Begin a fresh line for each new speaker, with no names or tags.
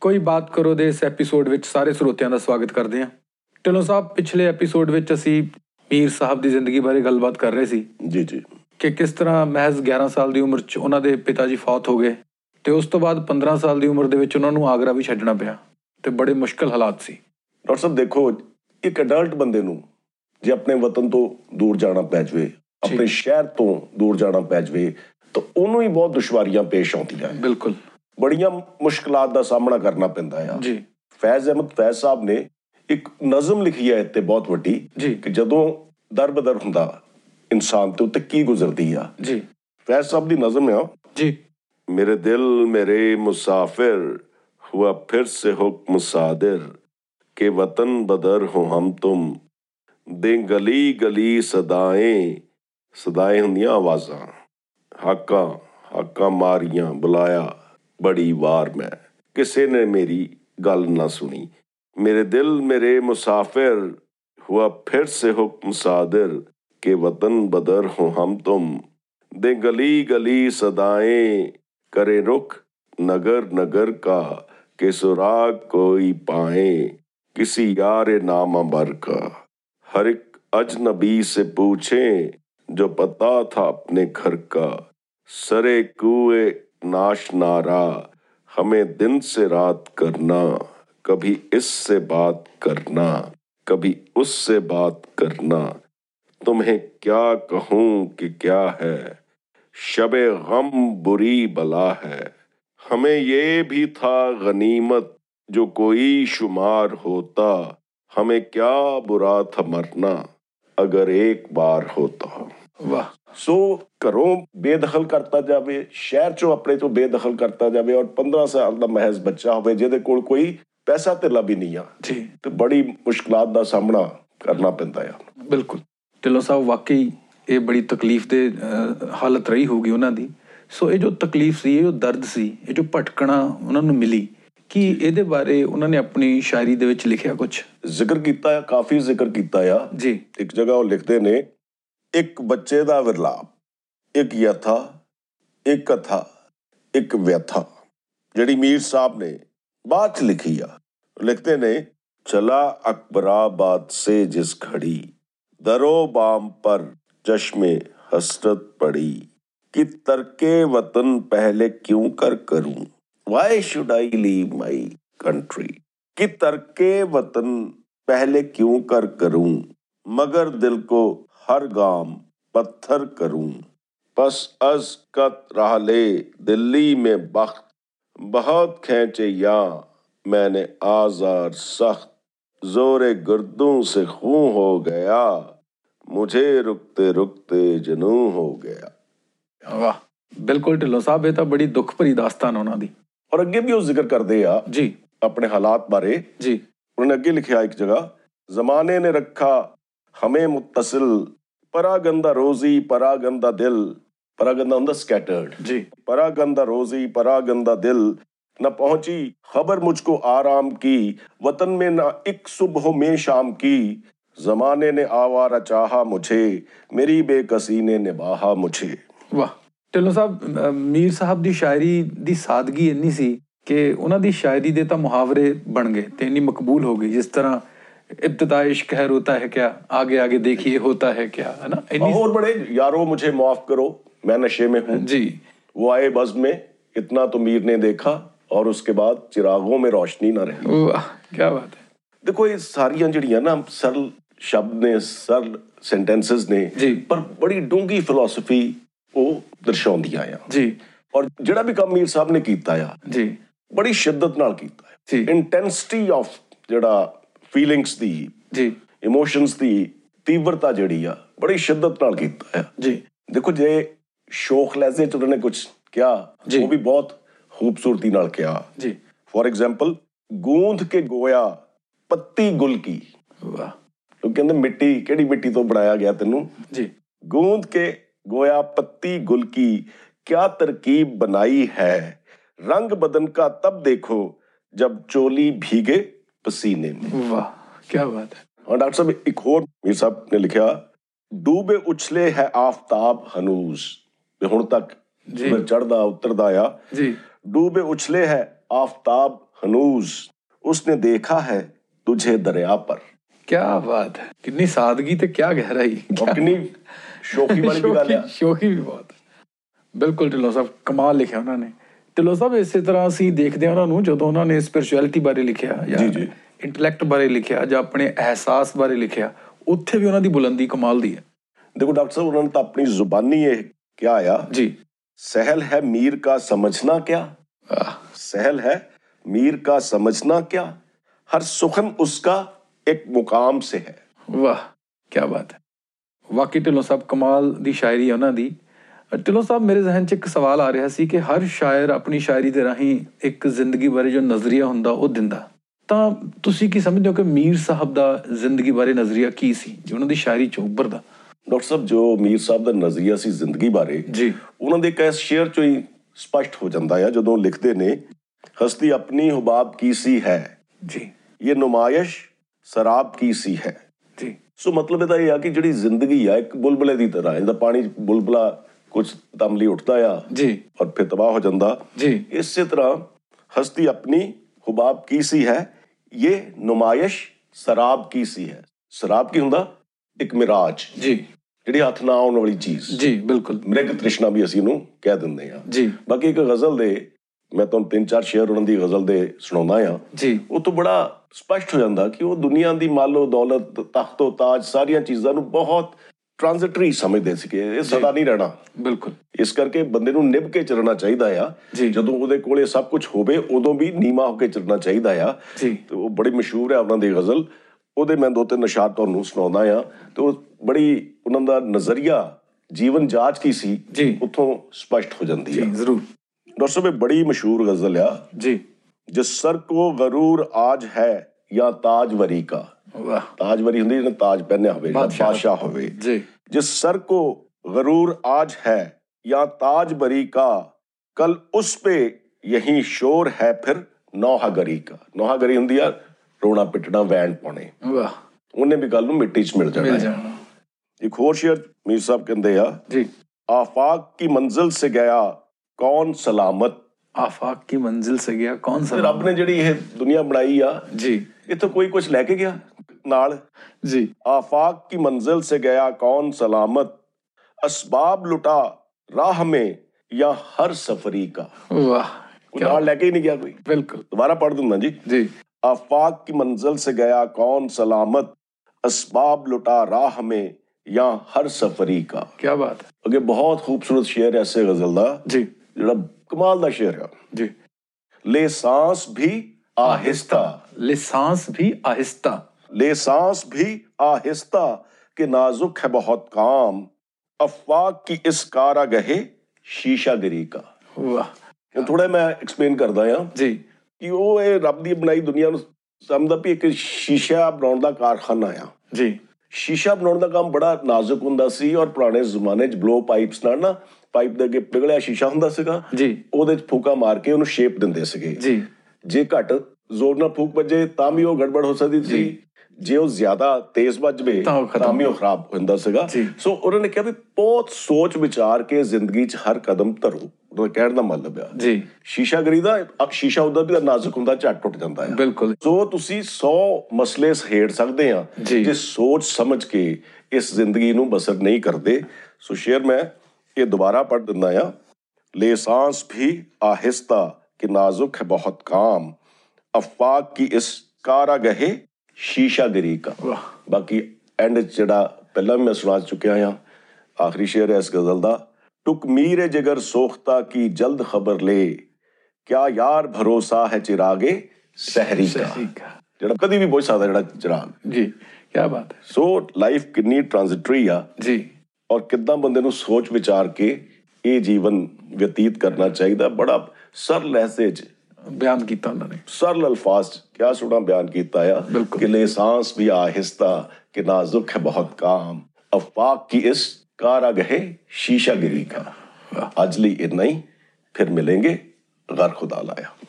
ਕੋਈ ਬਾਤ ਕਰੋ ਦੇ ਇਸ ਐਪੀਸੋਡ ਵਿੱਚ ਸਾਰੇ ਸਰੋਤਿਆਂ ਦਾ ਸਵਾਗਤ ਕਰਦੇ ਹਾਂ ਢਿੱਲੋਂ ਸਾਹਿਬ ਪਿਛਲੇ ਐਪੀਸੋਡ ਵਿੱਚ ਅਸੀਂ ਮੀਰ ਸਾਹਿਬ ਦੀ ਜ਼ਿੰਦਗੀ ਬਾਰੇ ਗੱਲਬਾਤ ਕਰ ਰਹੇ ਸੀ
ਜੀ ਜੀ
ਕਿ ਕਿਸ ਤਰ੍ਹਾਂ ਮਹਿਜ਼ 11 ਸਾਲ ਦੀ ਉਮਰ 'ਚ ਉਹਨਾਂ ਦੇ ਪਿਤਾ ਜੀ ਫੌਤ ਹੋ ਗਏ ਤੇ ਉਸ ਤੋਂ ਬਾਅਦ 15 ਸਾਲ ਦੀ ਉਮਰ ਦੇ ਵਿੱਚ ਉਹਨਾਂ ਨੂੰ ਆਗਰਾ ਵੀ ਛੱਡਣਾ ਪਿਆ ਤੇ ਬੜੇ ਮੁਸ਼ਕਲ ਹਾਲਾਤ ਸੀ
ਡਾਕਟਰ ਸਾਹਿਬ ਦੇਖੋ ਇੱਕ ਅਡਲਟ ਬੰਦੇ ਨੂੰ ਜੇ ਆਪਣੇ ਵਤਨ ਤੋਂ ਦੂਰ ਜਾਣਾ ਪੈ ਜਾਵੇ ਆਪਣੇ ਸ਼ਹਿਰ ਤੋਂ ਦੂਰ ਜਾਣਾ ਪੈ ਜਾਵੇ ਤਾਂ ਉਹਨੂੰ ਹੀ ਬਹੁਤ ਦੁਸ਼ਵਾਰੀਆਂ ਪੇਸ਼ ਆਉਂਦੀਆਂ ਹੈ
ਬਿਲਕੁਲ
ਬੜੀਆਂ ਮੁਸ਼ਕਲਾਂ ਦਾ ਸਾਹਮਣਾ ਕਰਨਾ ਪੈਂਦਾ ਆ
ਜੀ
ਫੈਜ਼ ਅਹਿਮਦ ਫੈਜ਼ ਸਾਹਿਬ ਨੇ ਇੱਕ ਨਜ਼ਮ ਲਿਖੀ ਹੈ ਇੱਥੇ ਬਹੁਤ ਵੱਡੀ
ਜੀ।
ਕਿ ਜਦੋਂ ਦਰਬਦਰ ਹੁੰਦਾ ਇਨਸਾਨ ਤੇ ਉੱਤੇ ਕੀ ਗੁਜ਼ਰਦੀ ਆ
ਜੀ
ਫੈਜ਼ ਸਾਹਿਬ ਦੀ ਨਜ਼ਮ ਆ
ਜੀ
मेरे दिल मेरे मुसाफिर हुआ फिर से हुक्म सादिर के वतन बदर हो हम तुम दे गली गली सदाएं ਸਦਾਏ ਹੁੰਦੀਆਂ ਆਵਾਜ਼ਾਂ ਹਾਕਾਂ ਹਾਕਾਂ ਮਾਰੀਆਂ ਬੁਲਾਇਆ ਬੜੀ ਵਾਰ ਮੈਂ ਕਿਸੇ ਨੇ ਮੇਰੀ ਗੱਲ ਨਾ ਸੁਣੀ ਮੇਰੇ ਦਿਲ ਮੇਰੇ ਮੁਸਾਫਿਰ ਹੁਆ ਫਿਰ ਸੇ ਹੁਕਮ ਸਾਦਰ ਕੇ ਵਤਨ ਬਦਰ ਹੋ ਹਮ ਤੁਮ ਦੇ ਗਲੀ ਗਲੀ ਸਦਾਏ करे रुख नगर नगर का के सुराग कोई पाए किसी यार नाम अमर का हर एक अजनबी से पूछे जो पता था अपने घर का सरे कुए नाश नारा हमें दिन से रात करना कभी इससे बात करना कभी उससे बात करना तुम्हें क्या कहूं कि क्या है शबे गम बुरी बला है हमें ये भी था गनीमत जो कोई शुमार होता हमें क्या बुरा था मरना अगर एक बार होता
ਵਾਹ
ਸੋ ਘਰੋਂ ਬੇਦਖਲ ਕਰਤਾ ਜਾਵੇ ਸ਼ਹਿਰ ਚੋਂ ਆਪਣੇ ਤੋਂ ਬੇਦਖਲ ਕਰਤਾ ਜਾਵੇ ਔਰ 15 ਸਾਲ ਦਾ ਮਹਿਜ਼ ਬੱਚਾ ਹੋਵੇ ਜਿਹਦੇ ਕੋਲ ਕੋਈ ਪੈਸਾ ਧੇਲਾ ਵੀ ਨਹੀਂ ਆ
ਜੀ
ਤੇ ਬੜੀ ਮੁਸ਼ਕਲਾਂ ਦਾ ਸਾਹਮਣਾ ਕਰਨਾ ਪੈਂਦਾ ਆ
ਬਿਲਕੁਲ ਢਿੱਲੋਂ ਸਾਹਿਬ ਵਾਕਈ ਇਹ ਬੜੀ ਤਕਲੀਫ ਦੇ ਅਹ, ਹਾਲਤ ਰਹੀ ਹੋਊਗੀ ਉਹਨਾਂ ਦੀ ਸੋ ਇਹ ਜੋ ਤਕਲੀਫ ਸੀ ਇਹ ਜੋ ਦਰਦ ਸੀ ਇਹ ਜੋ ਭਟਕਣਾ ਉਹਨਾਂ ਨੂੰ ਮਿਲੀ ਕੀ ਇਹਦੇ ਬਾਰੇ ਉਹਨਾਂ ਨੇ ਆਪਣੀ ਸ਼ਾਇਰੀ ਦੇ ਵਿੱਚ ਲਿਖਿਆ ਕੁਝ
ਜ਼ਿਕਰ ਕੀਤਾ ਆ ਕਾਫੀ ਜ਼ਿਕਰ ਕੀਤਾ ਆ
ਜੀ
ਇੱਕ ਜਗ੍ਹਾ ਉਹ ਲਿਖਦੇ ਨੇ ਇੱਕ ਬੱਚੇ ਦਾ ਵਿਰਲਾਪ ਇੱਕ ਯਥਾ ਇੱਕ ਕਥਾ ਇੱਕ ਵਿਅਥਾ ਜਿਹੜੀ ਮੀਰ ਸਾਹਿਬ ਨੇ ਬਾਅਦ ਚ ਲਿਖੀ ਆ ਲਿਖਦੇ ਨੇ ਚਲਾ ਅਕਬਰਾਬਾਦ ਸੇ ਜਿਸ ਖੜੀ ਦਰੋ ਬਾਮ ਪਰ ਚਸ਼ਮੇ ਹਸਰਤ ਪੜੀ ਕਿ ਤਰਕੇ ਵਤਨ ਪਹਿਲੇ ਕਿਉਂ ਕਰ ਕਰੂੰ why should I leave my country कि तरके वतन पहले क्यों कर करूं मगर दिल को हर गाम पत्थर करूं बस अज कत राहले दिल्ली में बख्त बहुत खेचे या मैंने आजार सख्त जोरे गर्दों से खूं हो गया मुझे रुकते रुकते जनू हो गया
ਵਾਹ ਬਿਲਕੁਲ ਢਿੱਲੋਂ ਸਾਹਿਬ ਇਹ ਤਾਂ ਬੜੀ ਦੁੱਖ ਭਰੀ ਦਾਸਤਾਨ ਉਹਨਾਂ ਦੀ
और अगे भी वो जिक्र करते आ
ਜੀ
अपने हालात बारे
ਜੀ
उन्होंने अगे लिखा एक जगह जमाने ने रखा हमें मुत्तसिल परा गंदा रोजी परा गंदा दिल परा गंदा ਹੁੰਦਾ ਸਕੈਟਰਡ
ਜੀ
परा गंदा रोजी परा गंदा दिल न पहुंची खबर मुझको आराम की वतन में ना एक सुबह में शाम की जमाने ने आवारा चाहा मुझे मेरी बेकसी ने निभाहा मुझे
ਵਾਹ ਢਿੱਲੋਂ ਸਾਹਿਬ ਅਹ, ਮੀਰ ਸਾਹਿਬ ਦੀ ਸ਼ਾਇਰੀ ਦੀ ਸਾਦਗੀ ਇੰਨੀ ਸੀ ਕਿ ਉਹਨਾਂ ਦੀ ਸ਼ਾਇਰੀ ਦੇ ਤਾਂ ਮੁਹਾਵਰੇ ਬਣ ਗਏ ਤੇ ਇੰਨੀ ਮਕਬੂਲ ਹੋ ਗਈ ਜਿਸ ਤਰ੍ਹਾਂ ਇਬਤਦਾ ਇਸ਼ਕ ਹੈ ਰੋਤਾ ਹੈ ਕਿਆ ਆਗੇ ਆਗੇ ਦੇਖੀਏ ਹੋਤਾ ਹੈ ਕਿਆ ਹੈ ਨਾ ਇੰਨੀ
और बड़े यारो मुझे माफ करो मैं नशे में हूँ
ਜੀ
वो आए बज में इतना तो मीर ने देखा और उसके बाद चिरागों में रोशनी ना रही
ਵਾਹ ਕੀ ਬਾਤ ਹੈ
देखो ये सारियां जड़ियां ना सरल शब्द ने सरल सेंटेंसेस ने
जी।
पर बड़ी डूंगी फिलॉसफी ਉਹ ਦਰਸਾਉਂਦੀਆਂ ਆ
ਜੀ
ਔਰ ਜਿਹੜਾ ਵੀ ਕੰਮ ਮੀਰ ਸਾਹਿਬ ਨੇ ਕੀਤਾ ਆ
ਜੀ
ਬੜੀ ਸ਼ਿੱਦਤ ਨਾਲ ਕੀਤਾ
ਜੀ।
ਹੈ ਇੰਟੈਂਸਿਟੀ ਆਫ ਜਿਹੜਾ ਫੀਲਿੰਗਸ ਦੀ
ਜੀ
ਇਮੋਸ਼ਨਸ ਦੀ ਤੀਵਰਤਾ ਜਿਹੜੀ ਆ ਬੜੀ ਸ਼ਿੱਦਤ ਨਾਲ ਕੀਤਾ ਆ
ਜੀ
ਦੇਖੋ ਜੇ ਸ਼ੌਕ ਲਹਿਜ਼ੇ ਚ ਉਹਨਾਂ ਨੇ ਕੁਝ ਕਿਹਾ
ਜੀ।
ਉਹ ਵੀ ਬਹੁਤ ਖੂਬਸੂਰਤੀ ਨਾਲ ਕਿਹਾ
ਜੀ
फॉर एग्जाम्पल गूंद के गोया पत्ती गुल की
ਵਾਹ
लोग कहते हैं, मिट्टी केड़ी मिट्टी तो बनाया गया तेन
ਜੀ
गूंद के गोया पत्ती गुल की क्या तरकीब बनाई है रंग बदन का तब देखो जब चोली भीगे पसीने में
ਵਾਹ ਕੀ ਬਾਤ ਹੈ
और डॉक्टर साहब एक और मीर साहब ने लिखा डूबे उछले है आफताब हनूज ये हुण तक
जी।
सूरज चढ़दा उतरदा आ
ਜੀ
डूबे उछले है आफताब हनूज उसने देखा है तुझे दरिया पर
क्या बात है कितनी सादगी ते क्या गहराई
और कितनी शौकी वाली भी ਗੱਲ ਆ
ਸ਼ੌਕੀ- ਸ਼ੌਕੀ ਵੀ ਬਹੁਤ ਬਿਲਕੁਲ ਢਿੱਲੋਂ ਸਾਹਿਬ ਕਮਾਲ ਲਿਖਿਆ ਉਹਨਾਂ ਨੇ ਢਿੱਲੋਂ ਸਾਹਿਬ ਇਸੇ ਤਰ੍ਹਾਂ ਅਸੀਂ ਦੇਖਦੇ ਹਾਂ ਉਹਨਾਂ ਨੂੰ ਜਦੋਂ ਉਹਨਾਂ ਨੇ ਸਪਿਰਚੁਅਲਿਟੀ ਬਾਰੇ ਲਿਖਿਆ ਜਾਂ
ਜੀ, ਜੀ।
ਇੰਟੈਲੈਕਟ ਬਾਰੇ ਲਿਖਿਆ ਜਾਂ ਆਪਣੇ ਅਹਿਸਾਸ ਬਾਰੇ ਲਿਖਿਆ ਉੱਥੇ ਵੀ ਉਹਨਾਂ ਦੀ ਬੁਲੰਦੀ ਕਮਾਲ ਦੀ ਹੈ
देखो डॉक्टर साहब उन्होंने तो अपनी जुबानी ये क्या आया
ਜੀ
सहल है मीर का समझना क्या
ਆਹ,
सहल है मीर का समझना क्या हर सुखन उसका एक मुकाम से है
ਵਾਹ ਕੀ ਬਾਤ ਹੈ ਵਾਕਈ ਢਿੱਲੋਂ ਸਾਹਿਬ ਕਮਾਲ ਦੀ ਸ਼ਾਇਰੀ ਹੈ ਉਹਨਾਂ ਦੀ ਢਿੱਲੋਂ ਸਾਹਿਬ ਮੇਰੇ ਜ਼ਿਹਨ 'ਚ ਇੱਕ ਸਵਾਲ ਆ ਰਿਹਾ ਸੀ ਕਿ ਹਰ ਸ਼ਾਇਰ ਆਪਣੀ ਸ਼ਾਇਰੀ ਦੇ ਰਾਹੀਂ ਇੱਕ ਜ਼ਿੰਦਗੀ ਬਾਰੇ ਜੋ ਨਜ਼ਰੀਆ ਹੁੰਦਾ ਉਹ ਦਿੰਦਾ ਤਾਂ ਤੁਸੀਂ ਕੀ ਸਮਝਦੇ ਹੋ ਕਿ ਮੀਰ ਸਾਹਿਬ ਦਾ ਜ਼ਿੰਦਗੀ ਬਾਰੇ ਨਜ਼ਰੀਆ ਕੀ ਸੀ ਜੋ ਉਹਨਾਂ ਦੀ ਸ਼ਾਇਰੀ 'ਚ ਉੱਭਰਦਾ
ਡਾਕਟਰ ਸਾਹਿਬ ਜੋ ਮੀਰ ਸਾਹਿਬ ਦਾ ਨਜ਼ਰੀਆ ਸੀ ਜ਼ਿੰਦਗੀ ਬਾਰੇ
ਜੀ
ਉਹਨਾਂ ਦੇ ਇੱਕ ਇਸ ਸ਼ੇਅਰ ਚੋਂ ਹੀ ਸਪਸ਼ਟ ਹੋ ਜਾਂਦਾ ਹੈ ਜਦੋਂ ਲਿਖਦੇ ਨੇ ਹਸਤੀ ਆਪਣੀ ਹੁਬਾਬ ਕੀ ਸੀ ਹੈ
ਜੀ
ਇਹ ਨੁਮਾਇਸ਼ ਸਰਾਬ ਕੀ ਸੀ ਹੈ
ਜੀ
ਸੋ ਮਤਲਬ ਇਹਦਾ ਇਹ ਆ ਕਿ ਜਿਹੜੀ ਜ਼ਿੰਦਗੀ ਆ ਇੱਕ ਬੁਲਬਲੇ ਦੀ ਤਰ੍ਹਾਂ ਇਹਦਾ ਪਾਣੀ 'ਚ ਬੁਲਬਲਾ ਕੁਝ ਦਮਲੀ ਉੱਠਦਾ ਆ
ਜੀ
ਔਰ ਫਿਰ ਤਬਾਹ ਹੋ ਜਾਂਦਾ
ਜੀ
ਇਸੇ ਤਰ੍ਹਾਂ ਹਸਤੀ ਆਪਣੀ ਹੁਬਾਬ ਕੀ ਸੀ ਹੈ ਇਹ ਨੁਮਾਇਸ਼ ਸਰਾਬ ਕੀ ਸੀ ਹੈ ਸਰਾਬ ਕੀ ਹੁੰਦਾ ਇੱਕ ਮਿਰਾਜ
ਜੀ
ਜਿਹੜੀ ਹੱਥ ਨਾ ਆਉਣ ਵਾਲੀ ਚੀਜ਼
ਜੀ ਬਿਲਕੁਲ
ਮ੍ਰਿਗ ਤ੍ਰਿਸ਼ਨਾ ਵੀ ਅਸੀਂ ਇਹਨੂੰ ਕਹਿ ਦਿੰਦੇ ਆ
ਜੀ
ਬਾਕੀ ਇੱਕ ਗ਼ਜ਼ਲ ਦੇ ਮੈਂ ਤੁਹਾਨੂੰ ਤਿੰਨ ਚਾਰ ਸ਼ੇਰ ਉਹਨਾਂ ਦੀ ਗ਼ਜ਼ਲ ਦੇ ਸੁਣਾਉਂਦਾ ਆ
ਜੀ
ਉਹ ਤੋਂ ਬੜਾ ਸਪਸ਼ਟ ਹੋ ਜਾਂਦਾ ਕਿ ਉਹ ਦੁਨੀਆ ਦੀ ਮਾਲੋ ਦੌਲਤ ਤਖਤੋ ਤਾਜ ਸਾਰੀਆਂ ਚੀਜ਼ਾਂ ਨੂੰ ਬਹੁਤ ਟ੍ਰਾਂਜ਼ਿਟਰੀ ਸਮਝਦੇ ਸੀਗੇ ਇਹ ਸਦਾ ਨਹੀਂ ਰਹਿਣਾ
ਬਿਲਕੁਲ
ਇਸ ਕਰਕੇ ਬੰਦੇ ਨੂੰ ਨਿਭ ਕੇ ਚੱਲਣਾ ਚਾਹੀਦਾ ਆ
ਜੀ।
ਜਦੋਂ ਉਹਦੇ ਕੋਲੇ ਸਭ ਕੁਝ ਹੋਵੇ ਉਦੋਂ ਵੀ ਨੀਵਾ ਹੋ ਕੇ ਚੱਲਣਾ ਚਾਹੀਦਾ ਆ
ਜੀ
ਤੇ ਉਹ ਬੜੀ ਮਸ਼ਹੂਰ ਹੈ ਉਹਨਾਂ ਦੀ ਗ਼ਜ਼ਲ ਉਹਦੇ ਮੈਂ ਦੋ ਤਿੰਨ ਅਸ਼ਾਰ ਤੁਹਾਨੂੰ ਸੁਣਾਉਂਦਾ ਆ ਤੇ ਉਹ ਬੜੀ ਉਹਨਾਂ ਦਾ ਨਜ਼ਰੀਆ ਜੀਵਨ ਜਾਂਚ ਕੀ ਸੀ
ਜੀ।
ਉੱਥੋਂ ਸਪਸ਼ਟ ਹੋ ਜਾਂਦੀ ਆ
ਜੀ ਜ਼ਰੂਰ
ਡਾਕਟਰ ਸਾਹਿਬ ਇਹ ਬੜੀ ਮਸ਼ਹੂਰ ਗ਼ਜ਼ਲ ਆ
ਜੀ
ਜਿਸ ਸਰ ਕੋ ਗਰੂਰ ਆਜ ਹੈ ਜਾਂ ਤਾਜਵਰੀ ਕਾ
ਵਾਹ
ਤਾਜਵਰੀ ਹੁੰਦੀ ਜਿਹਨੇ ਤਾਜ ਪਹਿਨਿਆ ਹੋਵੇ ਜਿਹੜਾ
ਬਾਦਸ਼ਾਹ।
ਬਾਦਸ਼ਾਹ ਹੋਵੇ
ਜੀ
जिस सर को गरूर आज है या ताज बरी का कल उस पे यही शोर है फिर ਨੌਹਾਗਰੀ का ਨੌਹਾਗਰੀ ਹੁੰਦੀ ਆ ਰੋਣਾ ਪਿੱਟਣਾ ਵੈਣ ਪਾਉਣੇ
ਵਾਹ
ਉਹਨੇ ਵੀ ਗੱਲ ਨੂੰ ਮਿੱਟੀ 'ਚ ਮਿਲ
ਮਿਲ
ਜਾਣਾ ਹੈ।
ਜਾਣਾ
ਇੱਕ ਹੋਰ ਸ਼ੇਰ ਮੀਰ ਸਾਹਿਬ ਕਹਿੰਦੇ ਆ
ਜੀ
ਆਫਾਕ ਕੀ ਮੰਜ਼ਿਲ ਸੇ ਗਿਆ ਕੌਣ ਸਲਾਮਤ
आफाक की मंजिल से गया कौन सा
ਤੇ ਰੱਬ ਨੇ ਜਿਹੜੀ ਇਹ ਦੁਨੀਆ ਬਣਾਈ ਆ
जी
ਇੱਥੋਂ ਕੋਈ ਕੁਝ ਲੈ ਕੇ ਗਿਆ ਨਾਲ
जी
आफाक की मंजिल से गया कौन सलामत असबाब लुटा राह में या हर सफरी का
वाह
कोई
क्या
नाल लेके ही नहीं गया कोई
बिल्कुल
दोबारा पढ़ दूंगा जी
जी
आफाक की मंजिल से गया कौन सलामत असबाब लुटा राह में या हर सफरी का
क्या बात है
अगे बहुत खूबसूरत शेर है ऐसे गजल दा
जी
जेड़ा कमाल दा शेर है
जी
ले सांस भी आहिस्ता
लिसांस भी आहिस्ता
ले सांस भी आहिस्ता के नाजुक है बहुत काम अफवाक की इस कारा गहे शीशा गिरी का
वाह
ਇਹ ਥੋੜਾ ਮੈਂ ਐਕਸਪਲੇਨ ਕਰਦਾ ਆ
जी
ਕਿ ਉਹ ਇਹ ਰੱਬ ਦੀ ਬਣਾਈ ਦੁਨੀਆ ਨੂੰ ਸਮਝਦਾ ਵੀ ਇੱਕ ਸ਼ੀਸ਼ਾ ਬਣਾਉਣ ਦਾ ਕਾਰਖਾਨਾ ਆ
जी
ਸ਼ੀਸ਼ਾ ਬਣਾਉਣ ਦਾ ਕੰਮ ਬੜਾ ਨਾਜ਼ੁਕ ਹੁੰਦਾ ਸੀ ਔਰ ਪੁਰਾਣੇ ਜ਼ਮਾਨੇ 'ਚ ਬਲੋ ਪਾਈਪਸ ਨਾਲ ਨਾ ਪਾਈਪ ਦੇ ਅੱਗੇ ਪਿਘਲਿਆ ਸ਼ੀਸ਼ਾ ਹੁੰਦਾ ਸੀਗਾ
जी
ਉਹਦੇ 'ਚ ਫੂਕਾ ਮਾਰ ਕੇ ਉਹਨੂੰ ਸ਼ੇਪ ਦਿੰਦੇ ਸੀਗੇ
जी
ਜੇ ਘੱਟ ਜ਼ੋਰ ਨਾਲ ਫੂਕ ਵੱਜੇ ਤਾਂ ਵੀ ਉਹ ਗੜਬੜ ਹੋ ਸਕਦੀ ਸੀ
ਜੀ।
ਜੇ ਉਹ ਜ਼ਿਆਦਾ ਤੇਜ਼ ਵੱਜਵੇ
ਤਾਂ ਉਹ ਖਤਮ
ਤਾਂ ਵੀ ਉਹ ਖਰਾਬ ਹੋ ਜਾਂਦਾ ਸੀਗਾ
ਜੀ।
ਸੋ ਉਹਨਾਂ ਨੇ ਕਿਹਾ ਵੀ ਬਹੁਤ ਸੋਚ ਵਿਚਾਰ ਕੇ ਜ਼ਿੰਦਗੀ 'ਚ ਹਰ ਕਦਮ ਧਰੋ ਉਹਨਾਂ ਦਾ ਕਹਿਣ ਦਾ ਮਤਲਬ ਆ
जी
ਸ਼ੀਸ਼ਾ ਗਰੀਦਾ ਅਬ ਸ਼ੀਸ਼ਾ ਉਹਦਾ ਵੀ ਤਾਂ ਨਾਜ਼ੁਕ ਹੁੰਦਾ ਝੱਟ ਟੁੱਟ ਜਾਂਦਾ ਹੈ
बिल्कुल
ਸੋ ਤੁਸੀਂ 100 ਮਸਲੇ ਸਹੇੜ ਸਕਦੇ ਆ
ਜੀ।
ਜੇ ਸੋਚ ਸਮਝ ਕੇ ਇਸ ਜ਼ਿੰਦਗੀ ਨੂੰ ਬਸਰ ਨਹੀਂ ਕਰਦੇ ਸੋ ਸ਼ੇਰ ਮੈਂ ਇਹ ਦੁਬਾਰਾ ਪੜ੍ਹ ਦਿੰਦਾ ਆ ले सांस भी आहिस्ता कि नाजुक है बहुत काम अफवाक की इस कारा गहे शीशा गिरी का
वाह
ਬਾਕੀ ਐਂਡ ਜਿਹੜਾ ਪਹਿਲਾਂ ਵੀ ਮੈਂ ਸੁਣਾ ਚੁੱਕਿਆ ਆ ਆਖਰੀ ਸ਼ੇਰ ਹੈ ਇਸ ਗਜ਼ਲ ਦਾ ਟੁਕ ਮੀਰੇ ਜਿਗਰ ਸੋਖਤਾ ਕੀ ਜਲਦ ਖਬਰ ਲੈ ਕਿਆ ਯਾਰ ਭਰੋਸਾ ਹੈ ਚਿਰਾਗੇ ਸਹਿਰੀ ਦਾ
ठीक है
ਜਿਹੜਾ ਕਦੀ ਵੀ ਪੁੱਛ ਸਕਦਾ ਜਿਹੜਾ ਚਿਰਾਗ
जी क्या बात है
ਸੋ ਲਾਈਫ ਕਿੰਨੀ ਟ੍ਰਾਂਜ਼ਿਟਰੀ ਆ
जी
ਔਰ ਕਿੱਦਾਂ ਬੰਦੇ ਨੂੰ ਸੋਚ ਵਿਚਾਰ ਕੇ ਇਹ ਜੀਵਨ ਬਤੀਤ ਕਰਨਾ ਚਾਹੀਦਾ ਬੜਾ ਸਰਲ ਲਹਿਜ਼ੇ 'ਚ
बयान किया उन्होंने
सरल अल्फाज 'ਚ ਕਿਆ ਸੋਹਣਾ ਬਿਆਨ ਕੀਤਾ ਆ
ਬਿਲਕੁਲ।
ਕਿ ਲੈ ਸਾਂਸ ਵੀ ਆਹਿਸਤਾ ਕਿ ਨਾਜ਼ੁਕ ਹੈ ਬਹੁਤ ਕਾਮ ਅਫਾਕ ਕੀ ਇਸ ਕਾਰਾ ਗਹੇ ਸ਼ੀਸ਼ਾ ਗਿਰੀ ਕਾ ਅੱਜ ਲਈ ਇੰਨਾ ਹੀ ਫਿਰ ਮਿਲेंगे ਗਰ ਖੁਦਾ ਲਾਇਆ